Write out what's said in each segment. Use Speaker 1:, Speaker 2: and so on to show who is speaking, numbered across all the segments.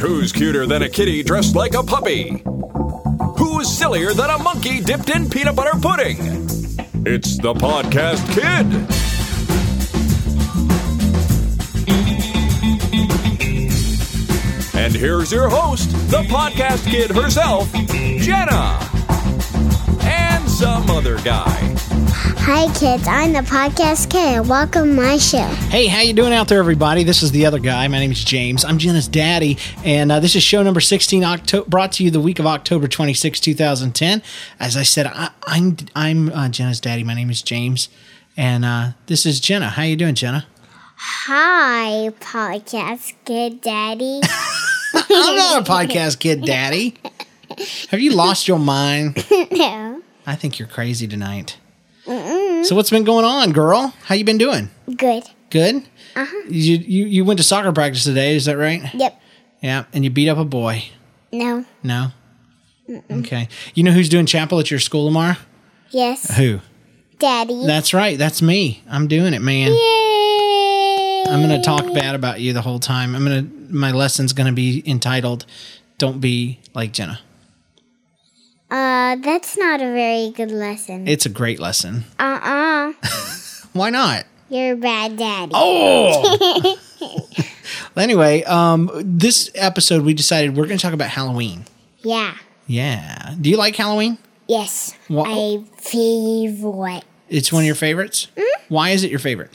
Speaker 1: Who's cuter than a kitty dressed like a puppy? Who's sillier than a monkey dipped in peanut butter pudding? It's the Podcast Kid! And here's your host, the Podcast Kid herself, Jenna! And some other guy.
Speaker 2: Hi, kids. I'm the podcast kid. and Welcome my show.
Speaker 3: Hey, how you doing out there, everybody? This is the other guy. My name is James. I'm Jenna's daddy, and uh, this is show number 16, Octo- brought to you the week of October 26, 2010. As I said, I, I'm I'm uh, Jenna's daddy. My name is James, and uh, this is Jenna. How you doing, Jenna?
Speaker 2: Hi, podcast kid, daddy.
Speaker 3: I'm not a podcast kid, daddy. Have you lost your mind?
Speaker 2: no,
Speaker 3: I think you're crazy tonight. So what's been going on, girl? How you been doing?
Speaker 2: good.
Speaker 3: Good. You, you you went to soccer practice today, is that right?
Speaker 2: Yep.
Speaker 3: Yeah, and you beat up a boy.
Speaker 2: No.
Speaker 3: No. Okay. You know who's doing chapel at your school tomorrow?
Speaker 2: Yes,
Speaker 3: Who?
Speaker 2: daddy.
Speaker 3: That's right. That's me. I'm doing it, man.
Speaker 2: Yay!
Speaker 3: I'm going to talk bad about you the whole time. I'm going to my lesson's going to be entitled Don't be like Jenna.
Speaker 2: Uh, that's not a very good lesson.
Speaker 3: It's a great lesson.
Speaker 2: Uh-uh.
Speaker 3: Why not?
Speaker 2: You're a bad daddy.
Speaker 3: Oh. anyway, um this episode we decided we're going to talk about Halloween.
Speaker 2: Yeah.
Speaker 3: Yeah. Do you like Halloween?
Speaker 2: Yes.
Speaker 3: Wha-
Speaker 2: My favorite.
Speaker 3: It's one of your favorites? Why is it your favorite?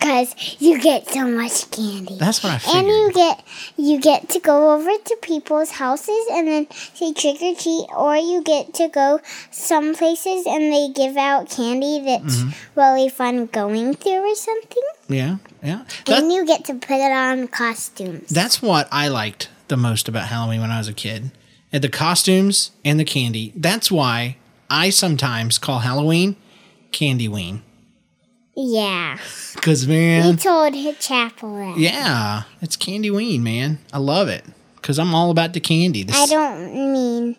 Speaker 2: Cause you get so much candy.
Speaker 3: That's what I
Speaker 2: and
Speaker 3: figured.
Speaker 2: you get you get to go over to people's houses and then say trick or treat or you get to go some places and they give out candy that's
Speaker 3: Mm-hmm.
Speaker 2: really fun going through or something
Speaker 3: yeah. Yeah. That-
Speaker 2: and you get to put it on costumes
Speaker 3: That's what I liked the most about Halloween when I was a kid. And the costumes and the candy. That's why I sometimes call Halloween Candyween.
Speaker 2: yeah
Speaker 3: Cause
Speaker 2: he
Speaker 3: man,
Speaker 2: told his chapel that
Speaker 3: Mm-hmm. yeah, it's Candyween, man. I love it. Cause I'm all about the candy. This,
Speaker 2: i don't mean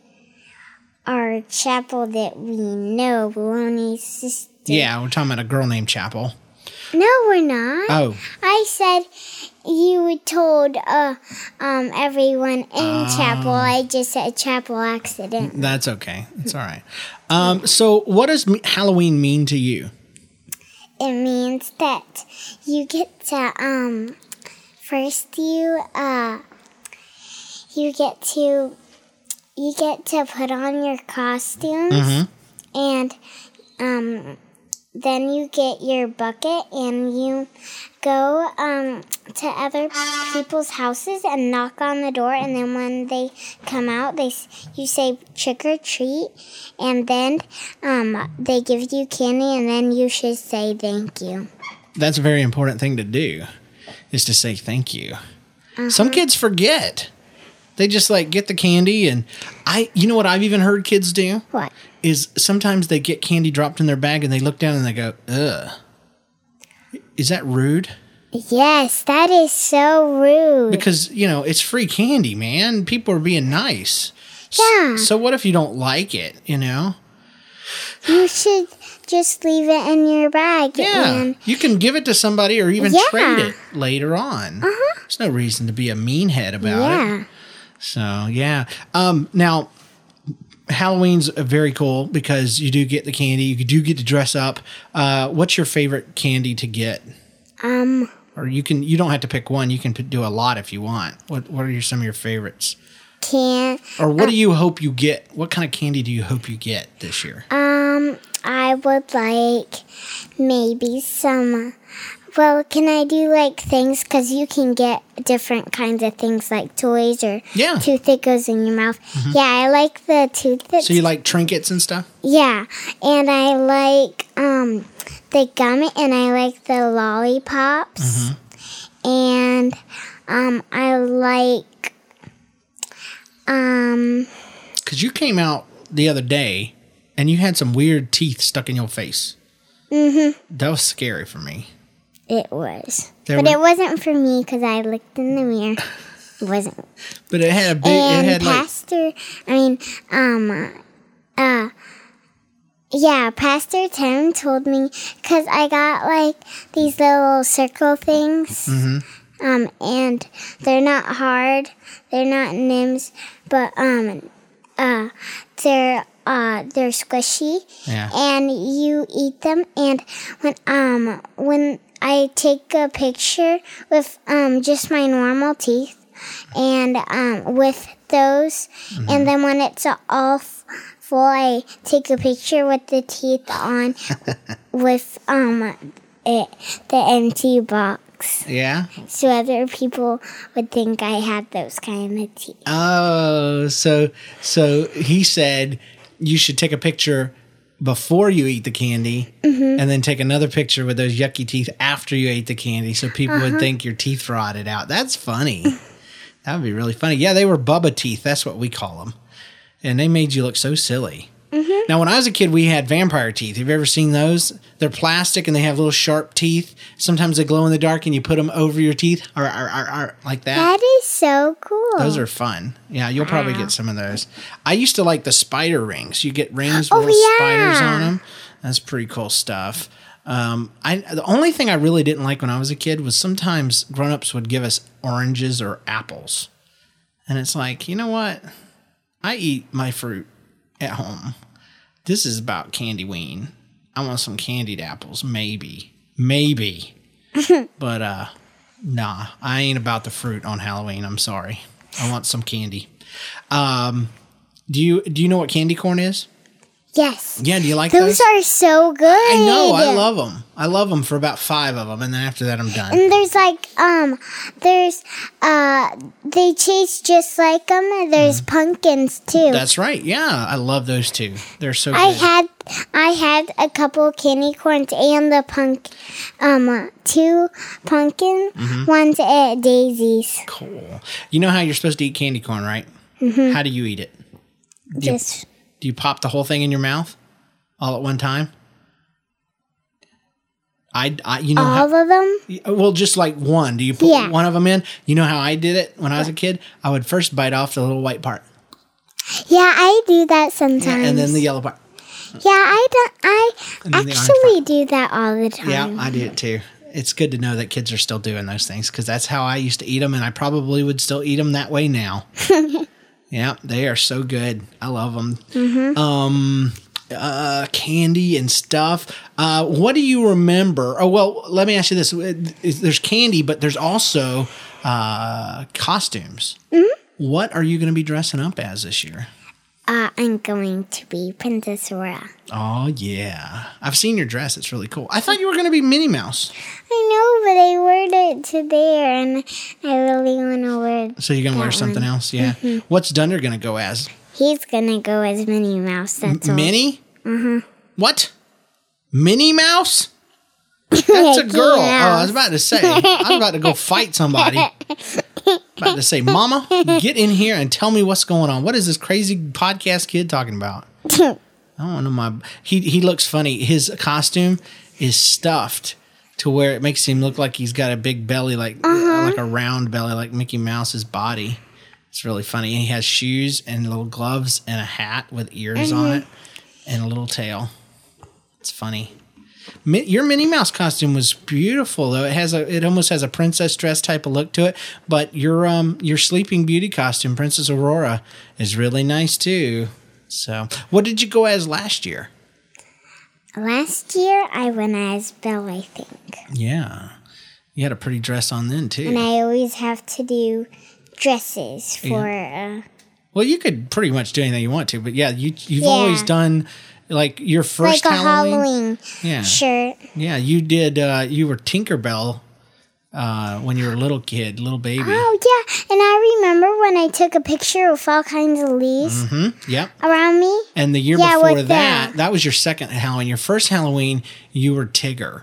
Speaker 2: our chapel that we know Baloney's sister
Speaker 3: yeah, we're talking about a girl named Chapel.
Speaker 2: no we're not
Speaker 3: Oh,
Speaker 2: I said you told uh, um, everyone in chapel. I just said chapel accident.
Speaker 3: that's okay. It's all right. Um, so what does me- Halloween mean to you?
Speaker 2: It means that you get to um, first you uh, you get to you get to put on your costumes and um, then you get your bucket and you go um, to other people's houses and knock on the door and then when they come out they s- you say trick or treat and then um, they give you candy and then you should say thank you
Speaker 3: That's a very important thing to do is to say thank you.
Speaker 2: Uh-huh.
Speaker 3: Some kids forget. They just like get the candy and I you know what I've even heard kids do
Speaker 2: what
Speaker 3: is sometimes they get candy dropped in their bag and they look down and they go, "Ugh." Is that rude?
Speaker 2: yes that is so rude
Speaker 3: Because, you know, it's free candy, man. People are being nice. S-
Speaker 2: Yeah.
Speaker 3: So what if you don't like it, you know?
Speaker 2: you should just leave it in your bag
Speaker 3: Yeah.
Speaker 2: and
Speaker 3: you can give it to somebody or even
Speaker 2: Yeah. Uh-huh.
Speaker 3: trade it later on. There's no reason to be a mean head about it.
Speaker 2: yeah
Speaker 3: So yeah. Um, now Halloween's very cool because you do get the candy. You do get to dress up. Uh, what's your favorite candy to get?
Speaker 2: um
Speaker 3: Or you can you don't have to pick one. You can p- do a lot if you want. What What are your, some of your favorites?
Speaker 2: can
Speaker 3: Or what do you hope you get? What kind of candy do you hope you get this year?
Speaker 2: Um, I would like maybe some. Well, can I do like things? Because you can get different kinds of things like toys or
Speaker 3: Yeah. Mm-hmm.
Speaker 2: tooth that goes in your mouth. Yeah, I like the tooth that's.
Speaker 3: So you like trinkets and stuff?
Speaker 2: yeah, and I like um the gum and I like the
Speaker 3: Mm-hmm.
Speaker 2: lollipops. And um, I like. Um,
Speaker 3: Because you came out the other day and you had some weird teeth stuck in your face. Mm-hmm. That was scary for me.
Speaker 2: it was.
Speaker 3: There
Speaker 2: but
Speaker 3: were-
Speaker 2: it wasn't for me because I looked in the mirror. It wasn't.
Speaker 3: But it had a big. it
Speaker 2: And
Speaker 3: had like
Speaker 2: Pastor, I mean, um, uh, yeah, Pastor Tim told me because I got like these little circle things. um, and they're not hard. They're not nims, but um, uh, they're uh, they're squishy,
Speaker 3: Yeah.
Speaker 2: and you eat them. And when um, when I take a picture with um, just my normal teeth, and um, with those, and then when it's all f- full, I take a picture with the teeth on, with um, it, the empty box,
Speaker 3: Yeah.
Speaker 2: so other people would think I had those kind of teeth.
Speaker 3: Oh, so so he said you should take a picture before you eat the candy and then take another picture with those yucky teeth after you ate the candy so people would think your teeth rotted out. That's funny. that would be really funny. Yeah, they were bubba teeth. That's what we call them. And they made you look so silly. Now, when I was a kid, we had vampire teeth. Have you ever seen those? They're plastic and they have little sharp teeth. Sometimes they glow in the dark and you put them over your teeth or, like that.
Speaker 2: That is so cool.
Speaker 3: Those are fun. Yeah, you'll probably get some of those. I used to like the spider rings. You get rings with
Speaker 2: Oh,
Speaker 3: little spiders
Speaker 2: yeah.
Speaker 3: on them. That's pretty cool stuff. Um, I the only thing I really didn't like when I was a kid was sometimes grown-ups would give us oranges or apples. And it's like, you know what? I eat my fruit at home. This is about candy ween. I want some candied apples, maybe. Maybe. but uh Nah, I ain't about the fruit on Halloween. I'm sorry. I want some candy. Um, do you do you know what candy corn is?
Speaker 2: yes.
Speaker 3: Yeah, do you like those?
Speaker 2: Those are so good.
Speaker 3: I know. I love them. I love them for about five of them, and then after that, I'm done.
Speaker 2: And there's like um, there's uh, they taste just like them. And there's pumpkins too.
Speaker 3: That's right. Yeah, I love those too. They're so
Speaker 2: I
Speaker 3: good.
Speaker 2: had I had a couple candy corns and the punk, um, uh, two pumpkin ones at Daisy's.
Speaker 3: cool. You know how you're supposed to eat candy corn, right? How do you eat it? Do you,
Speaker 2: Mm-hmm. Just
Speaker 3: do you pop the whole thing in your mouth all at one time? I, I you know how,
Speaker 2: all of them.
Speaker 3: Uh, Well, just like one. Do you put
Speaker 2: Yeah.
Speaker 3: one of them in? You know how I did it when I was a kid? I would first bite off the little white part
Speaker 2: Yeah, I do that sometimes.
Speaker 3: and then the yellow part.
Speaker 2: yeah, I don't. I
Speaker 3: then the orange
Speaker 2: actually do that all the time.
Speaker 3: Yeah, I did it too. It's good to know that kids are still doing those things because that's how I used to eat them, and I probably would still eat them that way now. yeah, they are so good. I love them. Um, uh, candy and stuff. Uh, what do you remember? Oh, well, let me ask you this: Is- There's candy, but there's also uh, costumes. What are you going to be dressing up as this year?
Speaker 2: Uh, I'm going to be Princess Aurora.
Speaker 3: Oh yeah, I've seen your dress. It's really cool. I thought you were going to be Minnie Mouse.
Speaker 2: I know, but I wore it to there, and I really want to wear.
Speaker 3: So you're gonna wear
Speaker 2: That
Speaker 3: something else, yeah. What's Dunder gonna go as?
Speaker 2: He's gonna go as Minnie Mouse. That's all.
Speaker 3: Minnie. Mm-hmm. What? Minnie Mouse? That's a girl. Oh, I was about to say. I was about to go fight somebody. about to say, Mama, get in here and tell me what's going on. What is this crazy podcast kid talking about? I don't know my he he looks funny. His costume is stuffed to where it makes him look like he's got a big belly, like like a round belly, like Mickey Mouse's body. It's really funny. And he has shoes and little gloves and a hat with ears on it and a little tail. It's funny. Mi- Your Minnie Mouse costume was beautiful though. It has a it almost has a princess dress type of look to it, but your um your Sleeping Beauty costume, Princess Aurora, is really nice too. So, what did you go as last year?
Speaker 2: Last year, I went as Belle, I think,
Speaker 3: Yeah. You had a pretty dress on then too.
Speaker 2: and I always have to do dresses for. Uh,
Speaker 3: Well, you could pretty much do anything you want to, but yeah, you you've always
Speaker 2: Yeah.
Speaker 3: done like your
Speaker 2: like
Speaker 3: first
Speaker 2: a
Speaker 3: Halloween.
Speaker 2: Halloween
Speaker 3: Yeah.
Speaker 2: shirt.
Speaker 3: Yeah, you did uh you were Tinkerbell uh when you were a little kid, little baby.
Speaker 2: Oh yeah, and I remember when I took a picture with all kinds of
Speaker 3: Mm.
Speaker 2: leaves
Speaker 3: Yep.
Speaker 2: around me.
Speaker 3: And the year
Speaker 2: Yeah,
Speaker 3: before
Speaker 2: with
Speaker 3: that,
Speaker 2: that.
Speaker 3: that was your second Halloween. Your first Halloween, you were Tigger.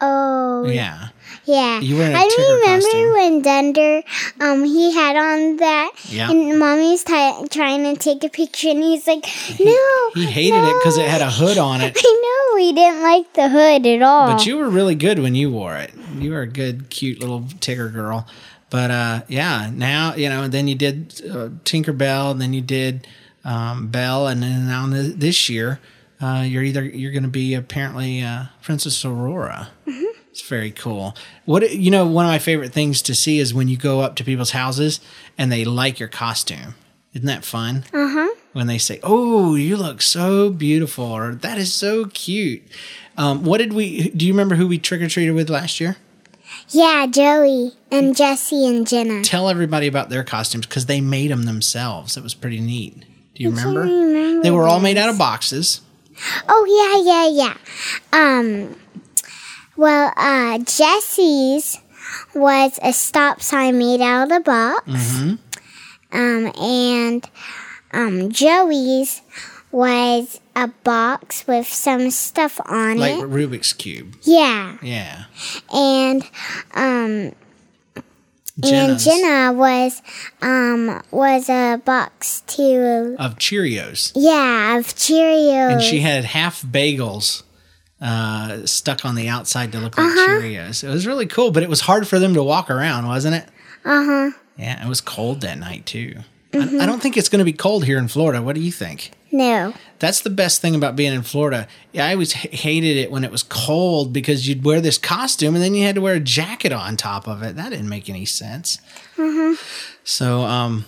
Speaker 2: Oh
Speaker 3: Yeah.
Speaker 2: Yeah,
Speaker 3: You were in a
Speaker 2: I
Speaker 3: Tigger
Speaker 2: remember
Speaker 3: costume.
Speaker 2: when Dunder, um, he had on that,
Speaker 3: Yeah.
Speaker 2: and Mommy's ty- trying to take a picture, and he's like, "No,
Speaker 3: He hated it because it had a hood on it.
Speaker 2: I know he didn't like the hood at all."
Speaker 3: But you were really good when you wore it. You were a good, cute little Tigger girl. But uh, yeah, now, you know, then you did uh, Tinkerbell, and then you did um, Belle, and then now th- this year, uh, you're either you're going to be apparently uh, Princess Aurora. It's very cool. What you know, one of my favorite things to see is when you go up to people's houses and they like your costume. Isn't that fun? Uh huh. When they say, "Oh, you look so beautiful," or "That is so cute." Um, what did we? Do you remember who we trick or treated with last year?
Speaker 2: Yeah, Joey and Jesse and Jenna.
Speaker 3: Tell everybody about their costumes because they made them themselves. It was pretty neat. Do you remember?
Speaker 2: remember
Speaker 3: They were all made out of boxes.
Speaker 2: Oh yeah, yeah, yeah. Um, well, uh, Jesse's was a stop sign made out of a box.
Speaker 3: Mm-hmm.
Speaker 2: Um, and um, Joey's was a box with some stuff on
Speaker 3: like
Speaker 2: it.
Speaker 3: Rubik's cube.
Speaker 2: Yeah,
Speaker 3: Yeah.
Speaker 2: and um, and
Speaker 3: Jenna's
Speaker 2: Jenna was um was a box too.
Speaker 3: of Cheerios,
Speaker 2: Yeah, of Cheerios.
Speaker 3: and she had half bagels uh, stuck on the outside to look like
Speaker 2: Uh-huh.
Speaker 3: Cheerios. It was really cool, but it was hard for them to walk around, wasn't it? Uh huh.
Speaker 2: Uh-huh.
Speaker 3: Yeah, it was cold that night too.
Speaker 2: Mm-hmm.
Speaker 3: I, I don't think it's going to be cold here in Florida. What do you think?
Speaker 2: no.
Speaker 3: That's the best thing about being in Florida. Yeah, I always h- hated it when it was cold because you'd wear this costume and then you had to wear a jacket on top of it. That didn't make any sense. So, um,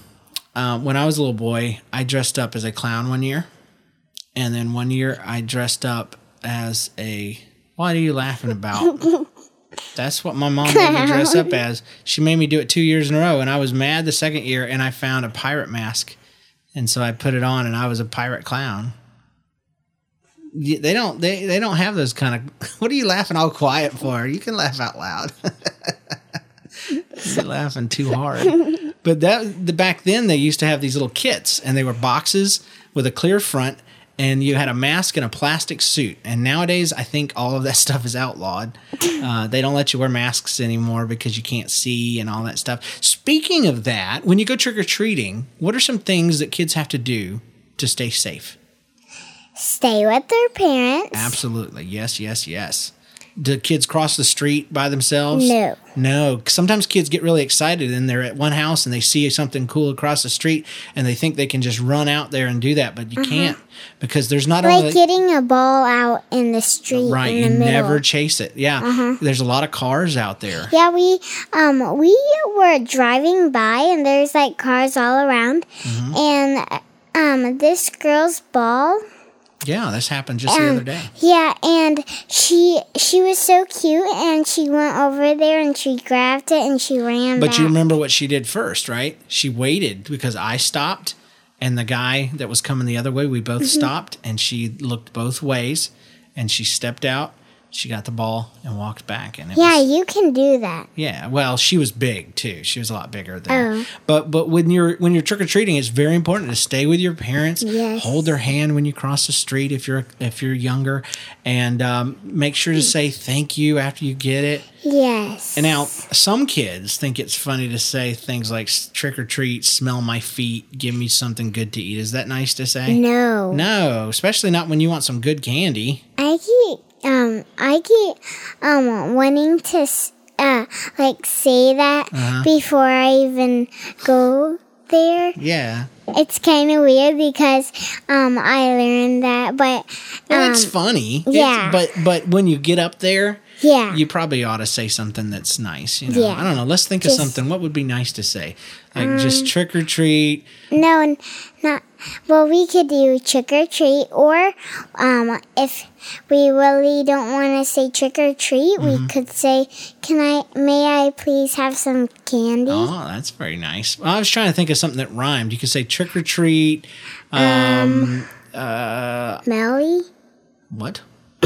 Speaker 3: uh, when I was a little boy, I dressed up as a clown one year, and then one year I dressed up as a. What are you laughing about? That's what my mom made me dress up as. She made me do it two years in a row, and I was mad the second year, and I found a pirate mask. And so I put it on, and I was a pirate clown. Y- They don't they, they don't have those kind of. What are you laughing all quiet for? You can laugh out loud. You're laughing too hard. But that the back then they used to have these little kits, and they were boxes with a clear front, and you had a mask and a plastic suit. And nowadays, I think all of that stuff is outlawed. Uh, they don't let you wear masks anymore because you can't see and all that stuff. Speaking of that, when you go trick or treating, what are some things that kids have to do to stay safe?
Speaker 2: Stay with their parents.
Speaker 3: Absolutely, yes, yes, yes. Do kids cross the street by themselves?
Speaker 2: No.
Speaker 3: No, sometimes kids get really excited and they're at one house and they see something cool across the street and they think they can just run out there and do that, but you can't because there's not
Speaker 2: Mm-hmm.
Speaker 3: only
Speaker 2: Like getting a ball out in the street.
Speaker 3: right,
Speaker 2: in
Speaker 3: you
Speaker 2: the middle. Mm-hmm.
Speaker 3: never chase it. Yeah, there's a lot of cars out there.
Speaker 2: Yeah, we um we were driving by and there's like cars all around,
Speaker 3: Mm-hmm.
Speaker 2: and um this girl's ball.
Speaker 3: Yeah, this happened just the other day.
Speaker 2: Yeah, and she she was so cute, and she went over there and she grabbed it and she ran.
Speaker 3: But you
Speaker 2: back.
Speaker 3: remember what she did first, right? She waited because I stopped and the guy that was coming the other way, we both stopped and she looked both ways and she stepped out, she got the ball and walked back and it
Speaker 2: Yeah,
Speaker 3: was
Speaker 2: you can do that.
Speaker 3: yeah, well, she was big too. She was a lot bigger than. But but when you're when you're trick or treating, it's very important to stay with your parents.
Speaker 2: Yes.
Speaker 3: Hold their hand when you cross the street if you're if you're younger, and um, make sure to say thank you after you get it.
Speaker 2: Yes.
Speaker 3: And now, some kids think it's funny to say things like s- trick or treat, smell my feet, give me something good to eat. Is that nice to say?
Speaker 2: no.
Speaker 3: No, especially not when you want some good candy.
Speaker 2: I keep um I keep um wanting to s- uh like say that
Speaker 3: Uh-huh.
Speaker 2: before I even go there.
Speaker 3: Yeah.
Speaker 2: It's kind of weird because um I learned that, but
Speaker 3: Well,
Speaker 2: um
Speaker 3: it's funny.
Speaker 2: yeah.
Speaker 3: It's- but but when you get up there,
Speaker 2: yeah
Speaker 3: you probably ought to say something that's nice. You know?
Speaker 2: Yeah.
Speaker 3: I don't know. Let's think
Speaker 2: Just- Um,
Speaker 3: of something. What would be nice to say? Like just trick or treat.
Speaker 2: no n- not well we could do trick or treat or um if we really don't want to say trick or treat we could say can I may I please have some candy
Speaker 3: Oh, that's very nice. Well, I was trying to think of something that rhymed. You could say trick or treat.
Speaker 2: Melly
Speaker 3: What?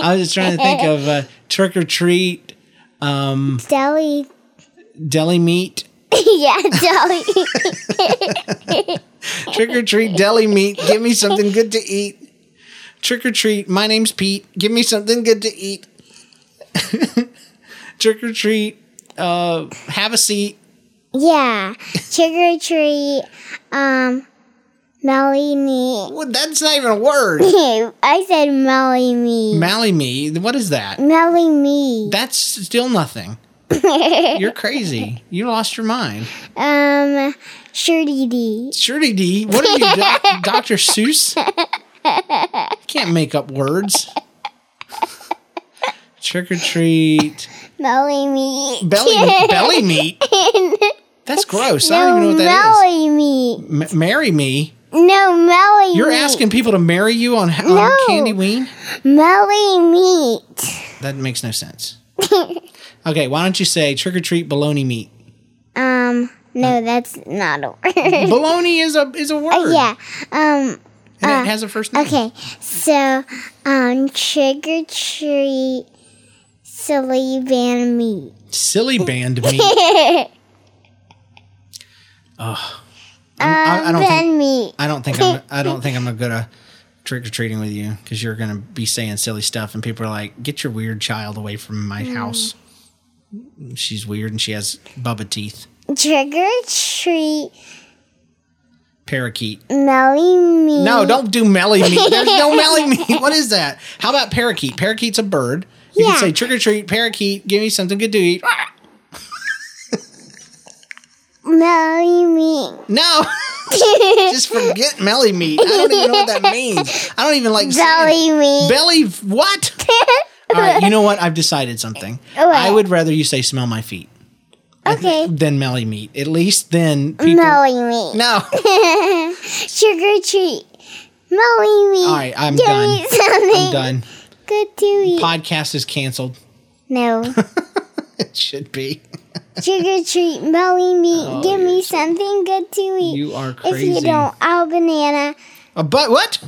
Speaker 3: I was just trying to think of uh, trick or treat,
Speaker 2: Deli
Speaker 3: deli meat,
Speaker 2: yeah Deli
Speaker 3: trick or treat, deli meat. Give me something good to eat. Trick or treat. My name's Pete. Give me something good to eat. trick or treat. Uh, have a seat.
Speaker 2: Yeah, trick or treat, um, Melly me.
Speaker 3: Well, that's not even a word.
Speaker 2: I said Melly me.
Speaker 3: Mally me. What is that?
Speaker 2: Melly me.
Speaker 3: That's still nothing. You're crazy. You lost your mind.
Speaker 2: Um, Shirty D.
Speaker 3: Surely D. What are you, doc- Dr. Seuss? Can't make up words. Trick or treat.
Speaker 2: Belly meat.
Speaker 3: Belly belly meat. That's gross. I don't even know what that
Speaker 2: belly meat.
Speaker 3: is. M- marry me.
Speaker 2: No, melly
Speaker 3: You're
Speaker 2: meat.
Speaker 3: asking people to marry you on, on
Speaker 2: No.
Speaker 3: Candy Ween?
Speaker 2: Melly meat.
Speaker 3: That makes no sense. okay, why don't you say trick or treat bologna meat?
Speaker 2: Um, no, that's not a
Speaker 3: Mm-hmm.
Speaker 2: word.
Speaker 3: Bologna is a is a word.
Speaker 2: Uh, yeah. Um,
Speaker 3: And it has a first name.
Speaker 2: okay. So, um, trick or treat silly band meat.
Speaker 3: Silly band meat. I, I
Speaker 2: Um,
Speaker 3: don't think
Speaker 2: band meat.
Speaker 3: I don't think I'm I don't think I'm gonna trick or treating with you because you're gonna be saying silly stuff and people are like, get your weird child away from my house. She's weird and she has bubba teeth.
Speaker 2: Trick or treat
Speaker 3: Parakeet.
Speaker 2: melly meat.
Speaker 3: No, don't do melly meat. There's no melly meat. What is that? How about parakeet? Parakeet's a bird. You
Speaker 2: Yeah.
Speaker 3: can say trick or treat, parakeet, give me something good to eat.
Speaker 2: Melly meat.
Speaker 3: No, just forget melly meat. I don't even know what that means. I don't even like saying
Speaker 2: Belly
Speaker 3: it.
Speaker 2: meat.
Speaker 3: belly. What? All right, you know what? I've decided something.
Speaker 2: What?
Speaker 3: I would rather you say smell my feet
Speaker 2: okay.
Speaker 3: than melly meat. At least then people.
Speaker 2: Melly meat.
Speaker 3: No.
Speaker 2: Trick or treat. Melly meat.
Speaker 3: All right, I'm
Speaker 2: Give
Speaker 3: done.
Speaker 2: me something
Speaker 3: I'm done.
Speaker 2: good to eat.
Speaker 3: Podcast is canceled.
Speaker 2: no.
Speaker 3: It should be.
Speaker 2: Trick or treat. Melly meat. Give me something good to eat.
Speaker 3: Oh, You are
Speaker 2: If you
Speaker 3: crazy.
Speaker 2: don't, I'll banana.
Speaker 3: A but what?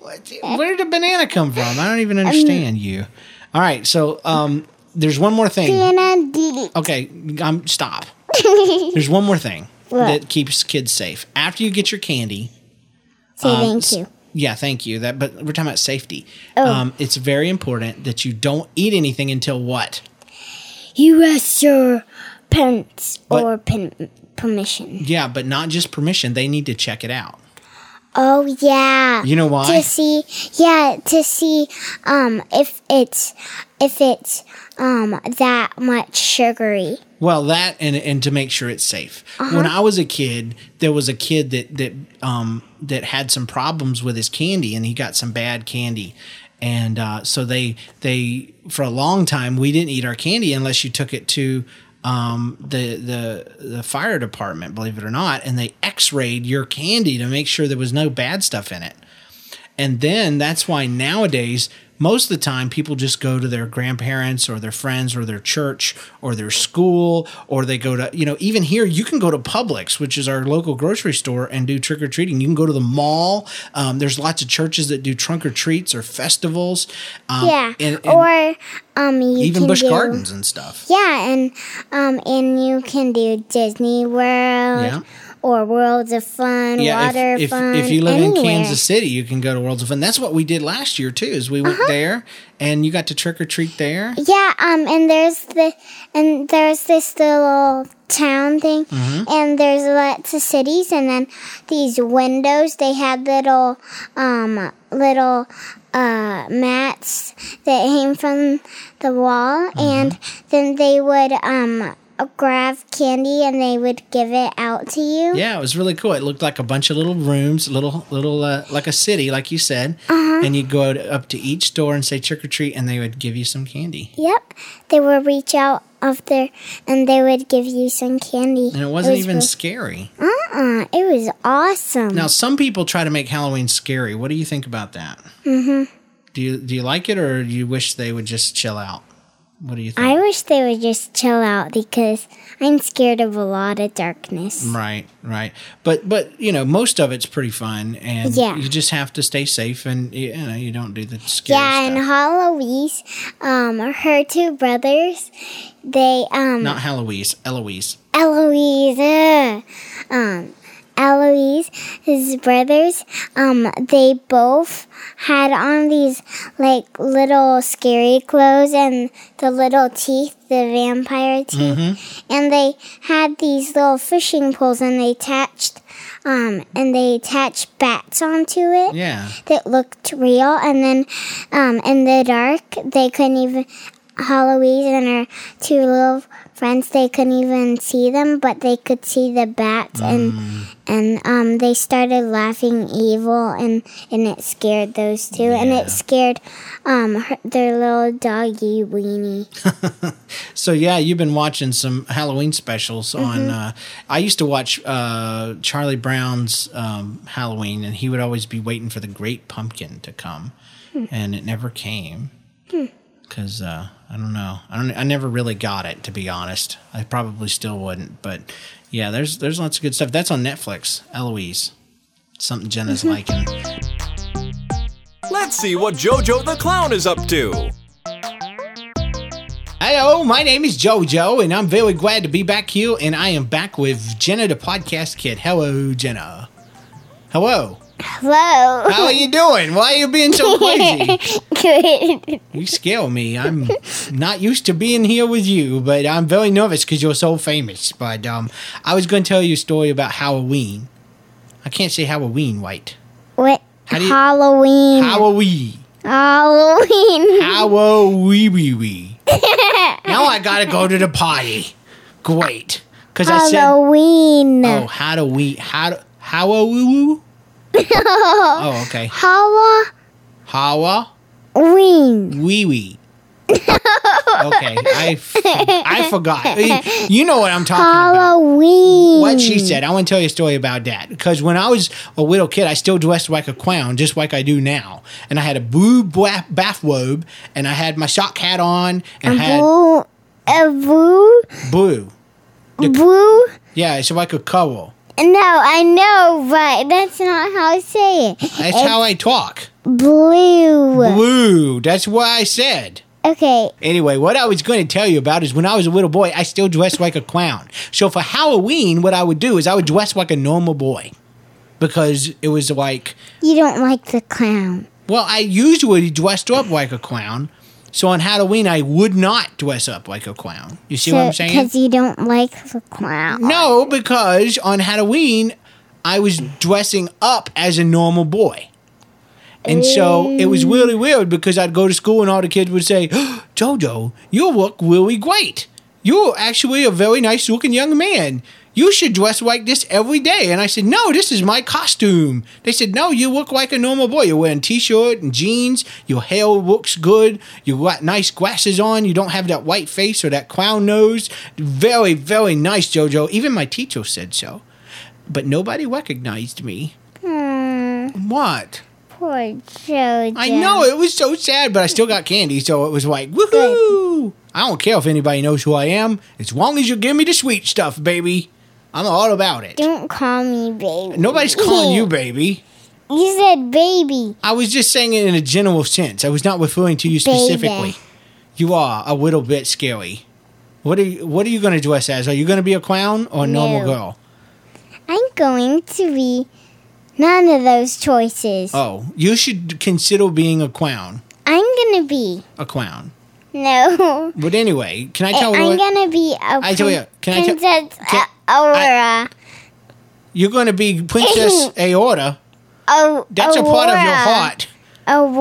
Speaker 3: What- Where did a banana come from? I don't even understand you. All right, so um, there's one more thing.
Speaker 2: Banana did
Speaker 3: Okay, um, stop. There's one more thing that keeps kids safe. After you get your candy, um,
Speaker 2: Say thank
Speaker 3: s-
Speaker 2: you. Oh.
Speaker 3: Yeah, thank you. That, but we're talking about safety. Um, it's very important that you don't eat anything until what?
Speaker 2: You asked your parents
Speaker 3: But-
Speaker 2: or pen- permission.
Speaker 3: Yeah, but not just permission. They need to check it out.
Speaker 2: Oh yeah.
Speaker 3: You know why?
Speaker 2: to see yeah to see um if it's if it's um that much sugary
Speaker 3: Well, that and and to make sure it's safe. When I was a kid, there was a kid that that um that had some problems with his candy, and he got some bad candy, and uh, so they they for a long time we didn't eat our candy unless you took it to um the the the fire department, believe it or not, and they X-rayed your candy to make sure there was no bad stuff in it. And then that's why nowadays, most of the time, people just go to their grandparents or their friends or their church or their school, or they go to, you know, even here, you can go to Publix, which is our local grocery store, and do trick or treating. You can go to the mall. Um, there's lots of churches that do trunk or treats or festivals. Um,
Speaker 2: yeah
Speaker 3: And, and
Speaker 2: or um you
Speaker 3: even
Speaker 2: can
Speaker 3: Bush
Speaker 2: do,
Speaker 3: Gardens and stuff.
Speaker 2: yeah and um and you can do disney world
Speaker 3: Yeah.
Speaker 2: or worlds of fun
Speaker 3: Yeah, if-
Speaker 2: water
Speaker 3: if,
Speaker 2: fun
Speaker 3: if, you live
Speaker 2: anywhere.
Speaker 3: in Kansas City, you can go to Worlds of Fun. That's what we did last year too. Is we went
Speaker 2: Uh-huh.
Speaker 3: there and you got to trick or treat there.
Speaker 2: yeah um and there's the and there's this little town thing and there's lots of cities and then these windows they had little um little uh mats that hang from the wall and then they would um grab candy and they would give it out to you
Speaker 3: Yeah, it was really cool. It looked like a bunch of little rooms, little little uh, like a city, like you said.
Speaker 2: Uh-huh.
Speaker 3: And you'd go to, up to each door and say trick or treat, and they would give you some candy.
Speaker 2: Yep. They would reach out of there and they would give you some candy.
Speaker 3: And it wasn't
Speaker 2: was
Speaker 3: even
Speaker 2: real-
Speaker 3: scary.
Speaker 2: uh-uh. It was awesome.
Speaker 3: Now, some people try to make Halloween scary. What do you think about that? Mm-hmm. Do you do you like it, or do you wish they would just chill out? What do you think?
Speaker 2: I wish they would just chill out because I'm scared of a lot of darkness.
Speaker 3: Right, right. But but you know, most of it's pretty fun, and
Speaker 2: Yeah.
Speaker 3: you just have to stay safe, and you know, you don't do the scary
Speaker 2: Yeah, and
Speaker 3: stuff.
Speaker 2: Heloise, um, her two brothers, they, um,
Speaker 3: Not Heloise, Eloise.
Speaker 2: Eloise, uh, um, Eloise, his brothers, um, they both had on these like little scary clothes and the little teeth, the vampire teeth, and they had these little fishing poles and they attached, um, and they attached bats onto it
Speaker 3: Yeah.
Speaker 2: that looked real and then um, in the dark they couldn't even Halloween and her two little friends. They couldn't even see them, but they could see the bats,
Speaker 3: Mm.
Speaker 2: and and um, they started laughing evil, and and it scared those two, and
Speaker 3: Yeah.
Speaker 2: it scared um her, their little doggy weenie.
Speaker 3: So yeah, you've been watching some Halloween specials on. Uh, I used to watch uh, Charlie Brown's um, Halloween, and he would always be waiting for the Great Pumpkin to come, and it never came. Because uh, I don't know, I don't, I never really got it to be honest. I probably still wouldn't, but yeah, there's there's lots of good stuff. That's on Netflix. Eloise, something Jenna's liking.
Speaker 1: Let's see what JoJo the Clown is up to.
Speaker 3: Hello, my name is JoJo, and I'm very glad to be back here. And I am back with Jenna, the podcast kid. Hello, Jenna. Hello.
Speaker 2: Hello.
Speaker 3: How are you doing? Why are you being so crazy?
Speaker 2: Good.
Speaker 3: you scare me. I'm not used to being here with you, but I'm very nervous because you're so famous. But um, I was going to tell you a story about Halloween. I can't say Halloween, right?
Speaker 2: What?
Speaker 3: do you-
Speaker 2: Halloween.
Speaker 3: Halloween.
Speaker 2: Halloween.
Speaker 3: How wee wee wee. now I gotta go to the party. Great. Because I said.
Speaker 2: Halloween.
Speaker 3: Oh, how do we? How do, how a woo woo? oh, okay.
Speaker 2: Halloween.
Speaker 3: How a wee wee. okay, I, f- I forgot. You- You know what I'm talking about.
Speaker 2: Halloween.
Speaker 3: What she said. I want to tell you a story about that because when I was a little kid, I still dressed like a clown, just like I do now. And I had a blue bath bathrobe, and I had my shock hat on, and had
Speaker 2: Boo. A boo.
Speaker 3: blue.
Speaker 2: Boo.
Speaker 3: Yeah, it's like a cowl.
Speaker 2: No, I know, but that's not how I say it.
Speaker 3: That's how I talk.
Speaker 2: Blue.
Speaker 3: Blue. That's what I said.
Speaker 2: Okay.
Speaker 3: Anyway, what I was going to tell you about is when I was a little boy, I still dressed like a clown. So for Halloween, what I would do is I would dress like a normal boy because it was like,
Speaker 2: You don't like the clown.
Speaker 3: well, I usually dressed up like a clown. So on Halloween, I would not dress up like a clown. You see what I'm saying?
Speaker 2: Because you don't like the clown.
Speaker 3: No, because on Halloween, I was dressing up as a normal boy. And so it was really weird because I'd go to school and all the kids would say, Jojo, you look really great. You're actually a very nice looking young man. You should dress like this every day. And I said, No, this is my costume. They said, No, you look like a normal boy. You're wearing t shirt and jeans. Your hair looks good. You got nice glasses on. You don't have that white face or that clown nose. Very, very nice, Jojo. Even my teacher said so. But nobody recognized me. What?
Speaker 2: Poor Jojo.
Speaker 3: I know it was so sad, but I still got candy, so it was like woohoo! I don't care if anybody knows who I am, as long as you give me the sweet stuff, baby. I'm all about it.
Speaker 2: Don't call me baby.
Speaker 3: Nobody's calling you baby.
Speaker 2: You said baby.
Speaker 3: I was just saying it in a general sense. I was not referring to you specifically.
Speaker 2: Baby.
Speaker 3: You are a little bit scary. What are you, What are you going to dress as? Are you going to be a clown or a normal
Speaker 2: No.
Speaker 3: girl?
Speaker 2: I'm going to be none of those choices.
Speaker 3: Oh, you should consider being a clown.
Speaker 2: I'm gonna be
Speaker 3: A clown.
Speaker 2: no.
Speaker 3: But anyway, can I tell you?
Speaker 2: Eh, I'm
Speaker 3: what-
Speaker 2: gonna be a
Speaker 3: Oh, I tell you, can I tell-
Speaker 2: princess
Speaker 3: can-
Speaker 2: A- Aurora.
Speaker 3: You're going to be Princess Aorta.
Speaker 2: oh,
Speaker 3: That's
Speaker 2: Aurora.
Speaker 3: a part of your heart. Oh.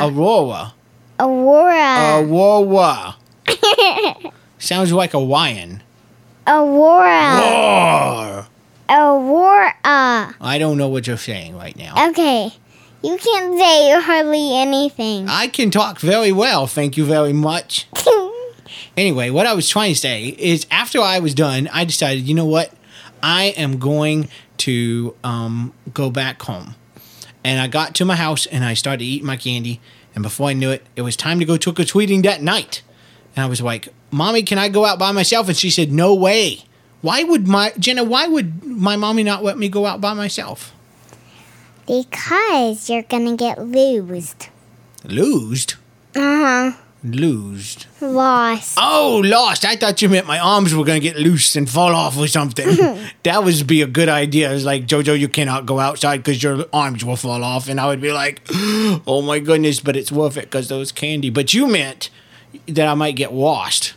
Speaker 2: Aurora.
Speaker 3: Aurora.
Speaker 2: Aurora.
Speaker 3: Aurora. Sounds like Hawaiian. Oh. Arr.
Speaker 2: Aurora. Aurora.
Speaker 3: I don't know what you're saying right now.
Speaker 2: Okay, you can't say hardly anything.
Speaker 3: I can talk very well, thank you very much. Anyway, what I was trying to say is after I was done, I decided, you know what? I am going to um, go back home. And I got to my house and I started eating my candy. And before I knew it, it was time to go trick or treating that night. And I was like, Mommy, can I go out by myself? And she said, No way. Why would my, Jenna, why would my mommy not let me go out by myself?
Speaker 2: because you're gonna get loosed.
Speaker 3: Losed.
Speaker 2: Uh huh.
Speaker 3: Losed.
Speaker 2: Lost.
Speaker 3: Oh, lost. I thought you meant my arms were going to get loose and fall off or something. that would be a good idea. It's like, Jojo, you cannot go outside because your arms will fall off. And I would be like, oh my goodness, but it's worth it because those candy. But you meant that I might get washed.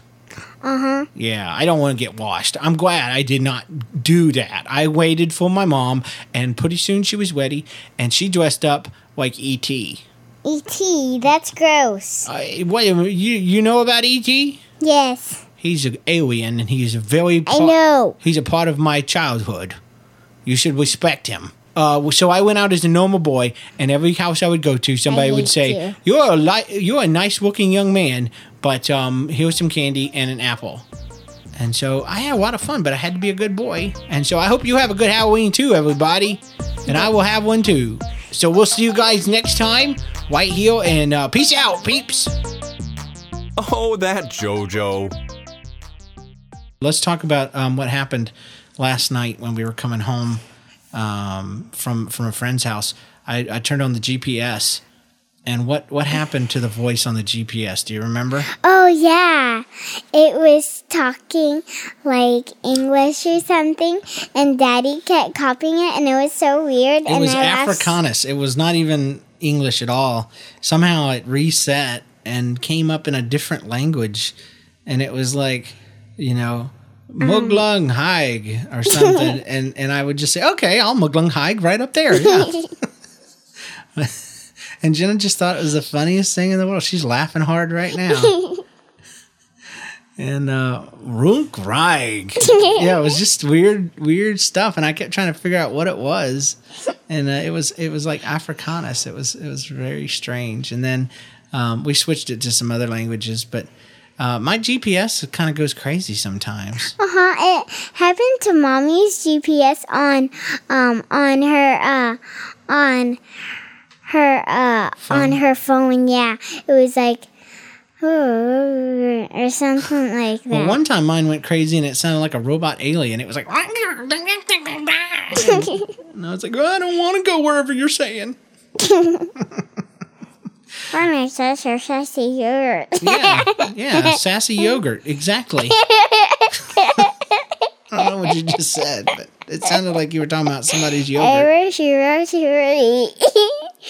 Speaker 3: Uh huh. Yeah, I don't want to get washed. I'm glad I did not do that. I waited for my mom, and pretty soon she was ready, and she dressed up like E.T.
Speaker 2: E.T., E that's gross.
Speaker 3: E Uh, wait, a minute, you you know about E E.T.?
Speaker 2: Yes.
Speaker 3: He's an alien, and he's a very.
Speaker 2: I know.
Speaker 3: He's a part of my childhood. You should respect him. Uh, so I went out as a normal boy, and every house I would go to, somebody would
Speaker 2: hate
Speaker 3: say,
Speaker 2: you.
Speaker 3: you. are a li- you're a nice looking young man, but um, here's some candy and an apple." And so I had a lot of fun, but I had to be a good boy. And so I hope you have a good Halloween too, everybody. And I will have one too. So we'll see you guys next time, right here, and uh, peace out, peeps.
Speaker 1: Oh, that JoJo.
Speaker 3: Let's talk about um, what happened last night when we were coming home um, from from a friend's house. I, I turned on the GPS, and what what happened to the voice on the GPS? Do you remember?
Speaker 2: Oh, yeah. It was talking like English or something, and Daddy kept copying it, and it was so weird.
Speaker 3: It
Speaker 2: and
Speaker 3: was
Speaker 2: I lost-
Speaker 3: Africanus. It was not even English at all. Somehow it reset and came up in a different language, and it was like, you know, Muglung Haig or something. and and I would just say, okay, I'll Muglung Haig right up there. Yeah. and Jenna just thought it was the funniest thing in the world. She's laughing hard right now. And uh Runk Reig. yeah, it was just weird, weird stuff, and I kept trying to figure out what it was, and uh, it was it was like Africanus. It was it was very strange, and then um, we switched it to some other languages. But uh, my GPS kind of goes crazy sometimes.
Speaker 2: Uh-huh. It happened to mommy's GPS on um on her uh on her uh on her phone. Yeah. It was like or something like that.
Speaker 3: Well, one time mine went crazy, and it sounded like a robot alien. It was like, and I was like, I don't want to go wherever you're saying.
Speaker 2: From my sister, sassy yogurt.
Speaker 3: Yeah, yeah, sassy yogurt, exactly. I don't know what you just said, but it sounded like you were talking about somebody's yogurt.
Speaker 2: Ever she wrote really.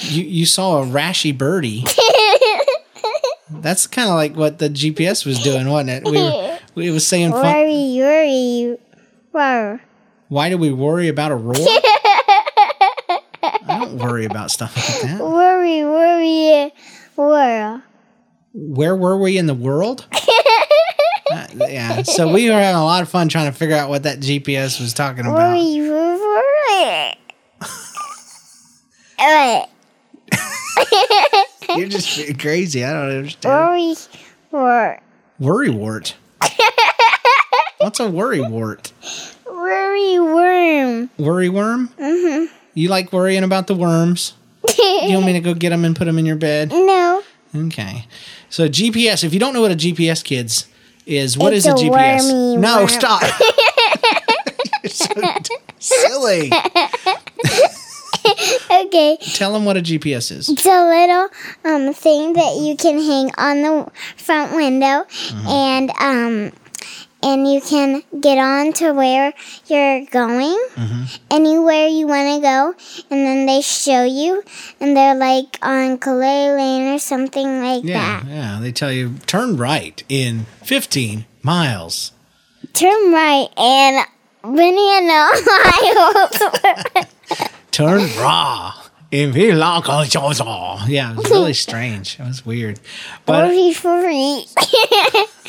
Speaker 3: You you saw a rashy birdie. That's kind of like what the GPS was doing, wasn't it? We were, we was saying, fun,
Speaker 2: Worry, worry, worry.
Speaker 3: "Why do we worry about a roar?" I don't worry about stuff like that.
Speaker 2: Worry, worry, worry.
Speaker 3: Where were we in the world? Uh, yeah, so we were having a lot of fun trying to figure out what that GPS was talking about.
Speaker 2: Worry, worry. Alright.
Speaker 3: You're just being crazy. I don't understand.
Speaker 2: Worry, wor-
Speaker 3: Worry wart. What's a worry wart?
Speaker 2: worry worm.
Speaker 3: Worry worm? Mm-hmm. You like worrying about the worms? You want me to go get them and put them in your bed?
Speaker 2: no,
Speaker 3: Okay. So GPS, if you don't know what a GPS kids is, what is
Speaker 2: It's
Speaker 3: a
Speaker 2: a
Speaker 3: GPS?
Speaker 2: wormy
Speaker 3: no,
Speaker 2: worm.
Speaker 3: stop. You're so d- silly.
Speaker 2: okay.
Speaker 3: Tell them what a GPS is.
Speaker 2: It's a little um thing that you can hang on the front window, and um, and you can get on to where you're going, anywhere you want to go, and then they show you, and they're like on Kalei Lane or something like
Speaker 3: Yeah,
Speaker 2: that.
Speaker 3: yeah. They tell you turn right in 15 miles.
Speaker 2: Turn right and banana aisle.
Speaker 3: Turn raw. If you like a zozo. Yeah, it was really strange. It was weird. But
Speaker 2: Fluffy, fluffy.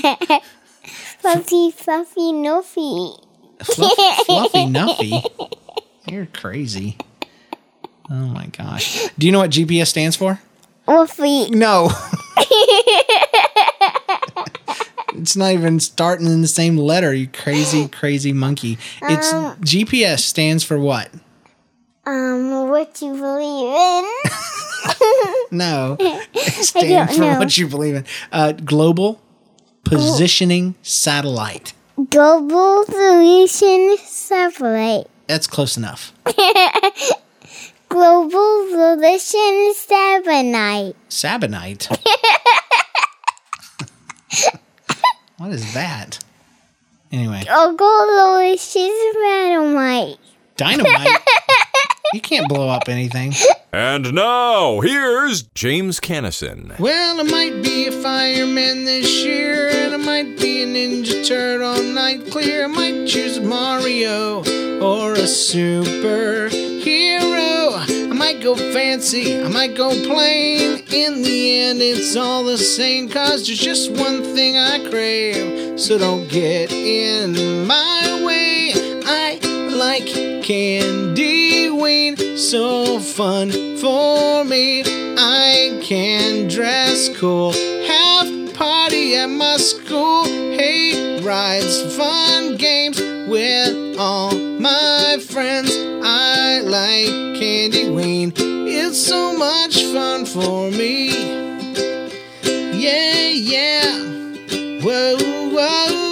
Speaker 2: fluffy, fluffy, no feet.
Speaker 3: Fluff- fluffy Nuffy. You're crazy. Oh my gosh. Do you know what GPS stands for?
Speaker 2: Wolfie.
Speaker 3: No. it's not even starting in the same letter, you crazy, crazy monkey. It's GPS stands for what?
Speaker 2: Um, what you believe in?
Speaker 3: No. It stands for
Speaker 2: know.
Speaker 3: what you believe in. Uh, global positioning satellite.
Speaker 2: Global solution satellite.
Speaker 3: That's close enough.
Speaker 2: Global solution satellite.
Speaker 3: Sabinite. what is that? Anyway,
Speaker 2: Global solution satellite.
Speaker 3: dynamite. you can't blow up anything.
Speaker 1: And now, here's James Canison.
Speaker 3: Well, I might be a fireman this year, and I might be a Ninja Turtle night clear. I might choose Mario or a superhero. I might go fan at sea. I might go plain. In the end, it's all the same. Cause there's just one thing I crave. So don't get in my way. I like candy ween. So fun for me. I can dress cool. Have party at my school. Hey, rides, fun games with all my friends. I like Candy Ween. It's so much fun for me. Yeah, yeah. Whoa, whoa, whoa.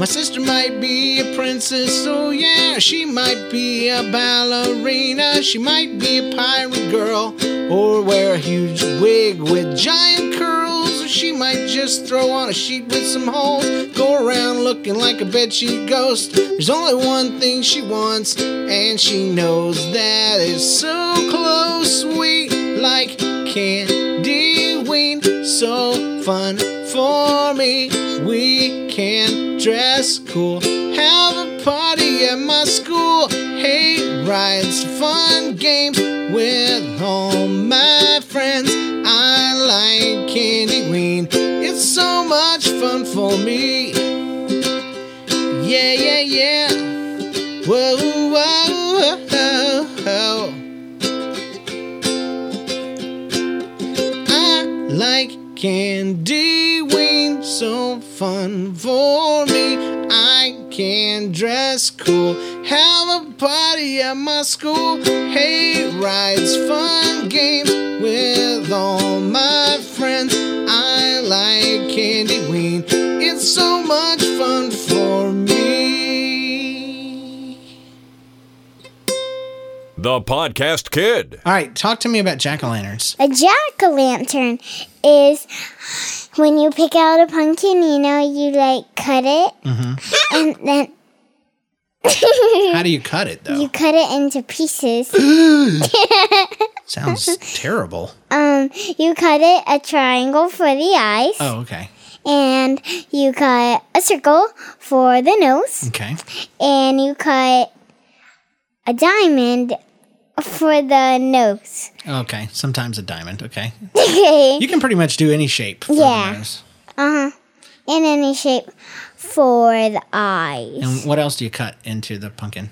Speaker 3: My sister might be a princess, oh yeah. She might be a ballerina. She might be a pirate girl. Or wear a huge wig with giant curls. Or she might just throw on a sheet with some holes. Go around looking like a bedsheet ghost. There's only one thing she wants, and she knows that it's so close. Sweet like candy ween. So fun for me. We can dress cool. Have a party at my school. Hey, rides, fun games with all my friends. I like candy ween. It's so much fun for me. Yeah, yeah, yeah. Whoa, whoa, whoa, whoa. I like candy ween, so fun for me. I can dress cool, have a party at my school. Hey, rides, fun games with all my friends. I like candy ween, it's so much fun for me.
Speaker 1: The Podcast Kid.
Speaker 4: All right, talk to me about jack o' lanterns.
Speaker 2: A jack o' lantern is when you pick out a pumpkin, you know, you like cut it and then
Speaker 4: How do you cut it though?
Speaker 2: you cut it into pieces.
Speaker 4: Sounds terrible.
Speaker 2: Um, you cut it a triangle for the eyes,
Speaker 4: Oh, okay.
Speaker 2: and you cut a circle for the nose,
Speaker 4: Okay.
Speaker 2: and you cut a diamond for the nose.
Speaker 4: Okay. Sometimes a diamond. Okay.
Speaker 2: Okay.
Speaker 4: You can pretty much do any shape. for the
Speaker 2: Yeah.
Speaker 4: nose.
Speaker 2: in any shape for the eyes.
Speaker 4: And what else do you cut into the pumpkin?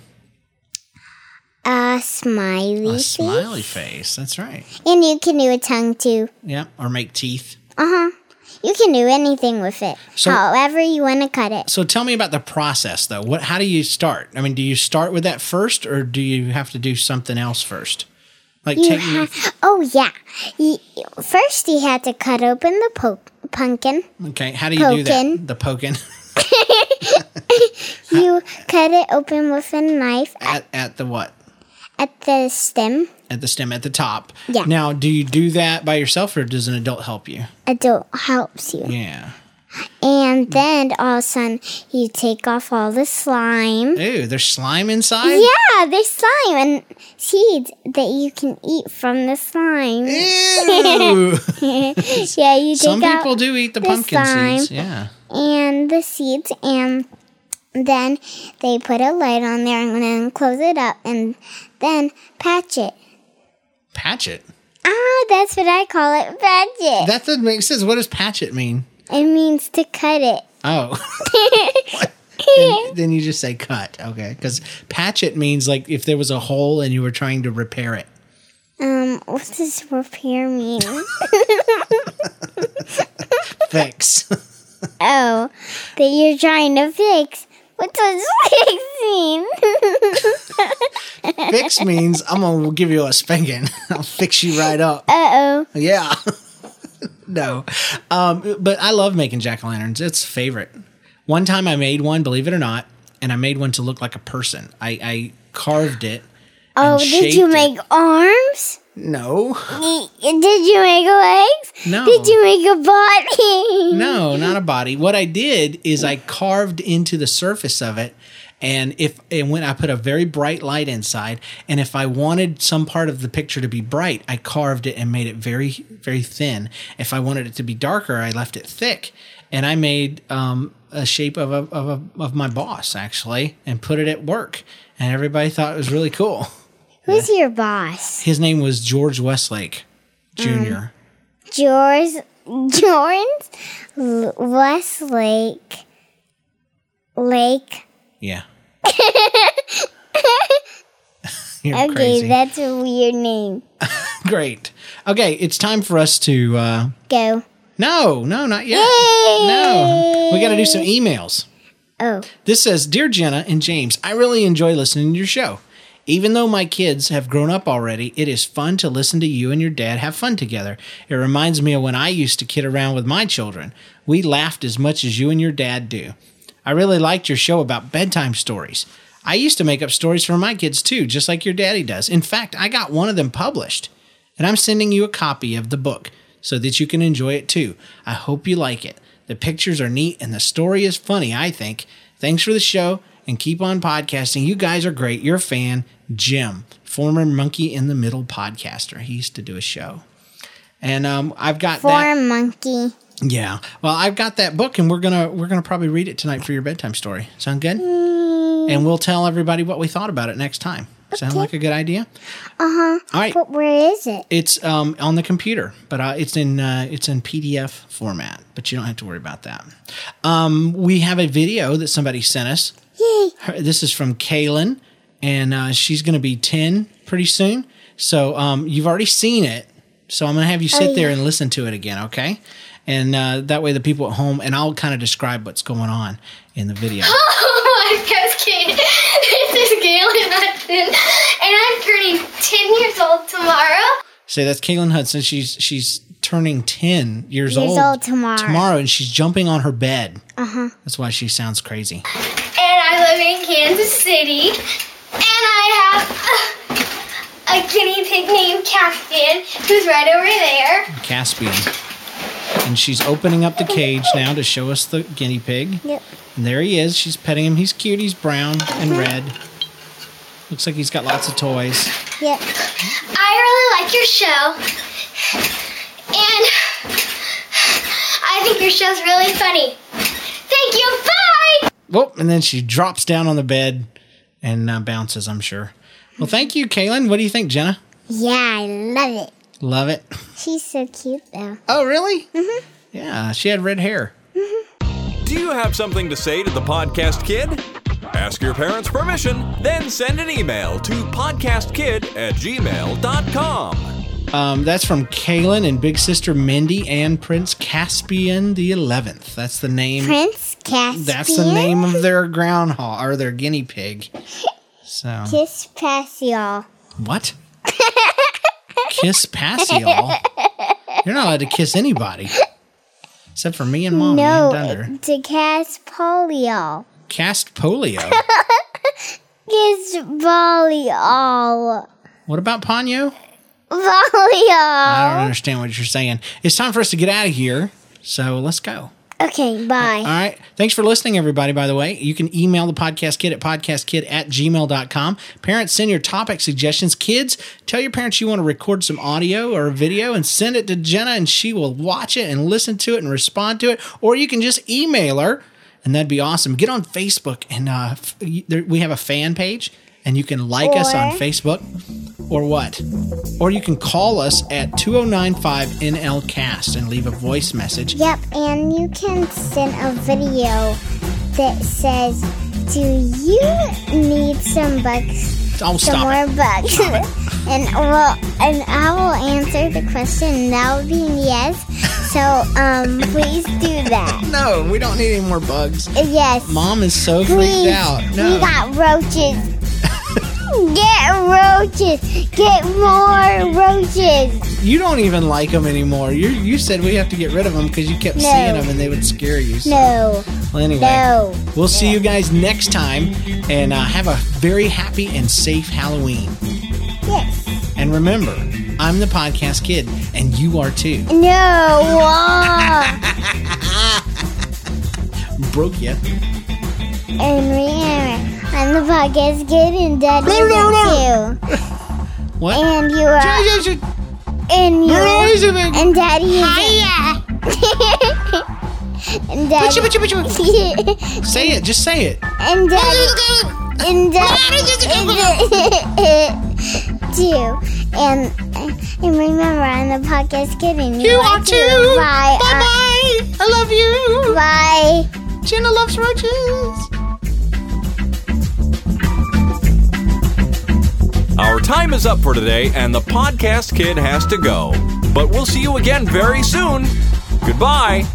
Speaker 2: A smiley
Speaker 4: A
Speaker 2: face.
Speaker 4: smiley face. That's right.
Speaker 2: And you can do a tongue too.
Speaker 4: Yeah. Or make teeth.
Speaker 2: You can do anything with it,
Speaker 4: So-
Speaker 2: however you want to cut it.
Speaker 4: So tell me about the process though. What how do you start? I mean, do you start with that first or do you have to do something else first? Like take
Speaker 2: Oh yeah. You, first, you had to cut open the po- pumpkin.
Speaker 4: Okay, how do you do that?
Speaker 2: Pokin'.
Speaker 4: The poking
Speaker 2: You cut it open with a knife
Speaker 4: at, at the what?
Speaker 2: at the stem.
Speaker 4: At the stem at the top.
Speaker 2: Yeah.
Speaker 4: Now, do you do that by yourself or does an adult help you?
Speaker 2: Adult helps you.
Speaker 4: Yeah. Mm.
Speaker 2: And then all of a sudden, you take off all the slime.
Speaker 4: Ooh, there's slime inside?
Speaker 2: Yeah, there's slime and seeds that you can eat from the slime.
Speaker 4: Ew.
Speaker 2: yeah, you
Speaker 4: Eh,
Speaker 2: take
Speaker 4: Some
Speaker 2: out
Speaker 4: people do eat the
Speaker 2: the
Speaker 4: pumpkin seeds.
Speaker 2: slime.
Speaker 4: Yeah.
Speaker 2: and the seeds, and then they put a light on there and then close it up and then patch it.
Speaker 4: Patch it.
Speaker 2: Ah, that's what I call it, patch it.
Speaker 4: That doesn't make sense. What does patch it mean?
Speaker 2: it means to cut it.
Speaker 4: Oh. What? then, then you just say cut, okay? Because patch it means like if there was a hole and you were trying to repair it.
Speaker 2: Um, what does repair mean?
Speaker 4: Fix.
Speaker 2: oh, that you're trying to fix. What does fix mean?
Speaker 4: fix means I'm gonna give you a spanking. I'll fix you right up.
Speaker 2: Uh oh.
Speaker 4: Yeah. no. Um, but I love making jack o' lanterns. It's favorite. One time I made one, believe it or not, and I made one to look like a person. I, I carved it.
Speaker 2: Oh,
Speaker 4: and
Speaker 2: did
Speaker 4: shaped
Speaker 2: you
Speaker 4: it.
Speaker 2: make arms?
Speaker 4: No.
Speaker 2: Y- Did you make legs?
Speaker 4: No.
Speaker 2: Did you make a body?
Speaker 4: No, not a body. What I did is I carved into the surface of it
Speaker 3: And if and when I put a very bright light inside, and if I wanted some part of the picture to be bright, I carved it and made it very very thin. If I wanted it to be darker, I left it thick, and I made um, a shape of a, of a, of my boss actually, and put it at work, and everybody thought it was really cool.
Speaker 2: Who's your boss?
Speaker 3: His name was George Westlake, Junior.
Speaker 2: George Jordan's L- Westlake Lake.
Speaker 3: Yeah. You're
Speaker 2: Okay,
Speaker 3: crazy.
Speaker 2: that's a weird name.
Speaker 3: Great. Okay, it's time for us to. Uh,
Speaker 2: Go.
Speaker 3: no, no, not yet. No, we got to do some emails.
Speaker 2: Oh,
Speaker 3: This says, Dear Jenna and James, I really enjoy listening to your show. Even though my kids have grown up already, it is fun to listen to you and your dad have fun together. It reminds me of when I used to kid around with my children. We laughed as much as you and your dad do. I really liked your show about bedtime stories. I used to make up stories for my kids too, just like your daddy does. In fact, I got one of them published and I'm sending you a copy of the book so that you can enjoy it too. I hope you like it. The pictures are neat and the story is funny, I think. Thanks for the show and keep on podcasting. You guys are great. You're a fan, Jim, former Monkey in the Middle podcaster. He used to do a show. And um, I've got
Speaker 2: for
Speaker 3: that.
Speaker 2: monkey.
Speaker 3: Yeah. Well, I've got that book, and we're gonna we're gonna probably read it tonight for your bedtime story. Sound good? And we'll tell everybody what we thought about it next time. Sound like a good idea? Uh huh. All right.
Speaker 2: But where is it?
Speaker 3: It's um, on the computer, but uh, it's in uh, it's in PDF format. But you don't have to worry about that. Um, we have a video that somebody sent us.
Speaker 2: Yay!
Speaker 3: Her- this is from Kaylin, and uh, she's going to be ten pretty soon. So um, you've already seen it. So I'm going to have you sit there and listen to it again, okay? And uh, that way, the people at home and I'll kind of describe what's going on in the video.
Speaker 5: Oh, I'm Cascade. This is Galen Hudson, and I'm turning 10 years old tomorrow.
Speaker 3: So that's Caitlin Hudson. She's she's turning ten years, old,
Speaker 2: old tomorrow. Uh-huh.
Speaker 3: Tomorrow, and she's jumping on her bed. Uh huh. That's why she sounds crazy.
Speaker 5: And I live in Kansas City, and I have a, a guinea pig named Caspian, who's right over there.
Speaker 3: Caspian, and she's opening up the cage now to show us the guinea pig.
Speaker 2: Yep. Uh-huh.
Speaker 3: And there he is. She's petting him. He's cute. He's brown and red. Looks like he's got lots of toys.
Speaker 2: Yep.
Speaker 5: I really like your show, and I think your show's really funny. Thank you. Bye.
Speaker 3: Whoop! And then she drops down on the bed and uh, bounces. I'm sure. Well, thank you, Kaylin. What do you think, Jenna?
Speaker 2: Yeah, I love it.
Speaker 3: Love it.
Speaker 2: She's so cute though.
Speaker 3: Oh, really? Mm-hmm. Yeah, she had red hair.
Speaker 1: Do you have something to say to the podcast kid? Ask your parents' permission, then send an email to podcastkid at gmail.com.
Speaker 3: Um, that's from Kaylin and Big Sister Mindy and Prince Caspian the Eleventh. That's the name.
Speaker 2: Prince Caspian.
Speaker 3: That's the name of their groundhog or their guinea pig. So
Speaker 2: Kiss past y'all.
Speaker 3: what? Kiss Passiol. You're not allowed to kiss anybody except for me and Mom and
Speaker 2: No,
Speaker 3: Dunder.
Speaker 2: to cast polio.
Speaker 3: Cast polio.
Speaker 2: Kiss volleyball.
Speaker 3: What about Ponyo? I don't
Speaker 2: Volleyball.
Speaker 3: understand what you're saying. It's time for us to get out of here. So let's go.
Speaker 2: Okay, bye.
Speaker 3: All right. Thanks for listening, everybody, by the way. You can email the podcast kid at podcastkid at gmail.com. Parents, send your topic suggestions. Kids, tell your parents you want to record some audio or video and send it to Jenna, and she will watch it and listen to it and respond to it. Or you can just email her, and that'd be awesome. Get on Facebook, and uh, f- there, we have a fan page, and you can like us on
Speaker 2: Or-
Speaker 3: Facebook or what? Or you can call us at 2095 NLCast and leave a voice message.
Speaker 2: Yep, and you can send a video that says, "Do you need some bugs?
Speaker 3: Oh,
Speaker 2: some
Speaker 3: stop
Speaker 2: more
Speaker 3: it.
Speaker 2: bugs?" and well, and I will answer the question. That would be yes. So, um, please do that.
Speaker 3: No, we don't need any more bugs.
Speaker 2: Yes,
Speaker 3: Mom is so
Speaker 2: please.
Speaker 3: freaked out.
Speaker 2: We
Speaker 3: No.
Speaker 2: got roaches. Get roaches. Get more roaches.
Speaker 3: you don't even like them anymore. You you said we have to get rid of them because you kept
Speaker 2: No.
Speaker 3: seeing them and they would scare you. So,
Speaker 2: No,
Speaker 3: well, anyway,
Speaker 2: no.
Speaker 3: we'll see you guys next time and uh, have a very happy and safe Halloween.
Speaker 2: Yes.
Speaker 3: And remember, I'm the podcast kid and you are too.
Speaker 2: No. Whoa.
Speaker 3: Broke ya.
Speaker 2: And remember, I'm the podcast kid and Daddy
Speaker 6: No, no, no,
Speaker 2: is you.
Speaker 3: What?
Speaker 2: And you are. And you. And Daddy is. Hiya. and Daddy.
Speaker 3: Say it. Just say it.
Speaker 2: and Daddy. And Daddy is you. And and remember, I'm the podcast kid and you, are too. Bye. Bye.
Speaker 6: I love you.
Speaker 2: Bye.
Speaker 6: Jenna loves roaches.
Speaker 1: Our time is up for today, and the podcast kid has to go. But we'll see you again very soon. Goodbye.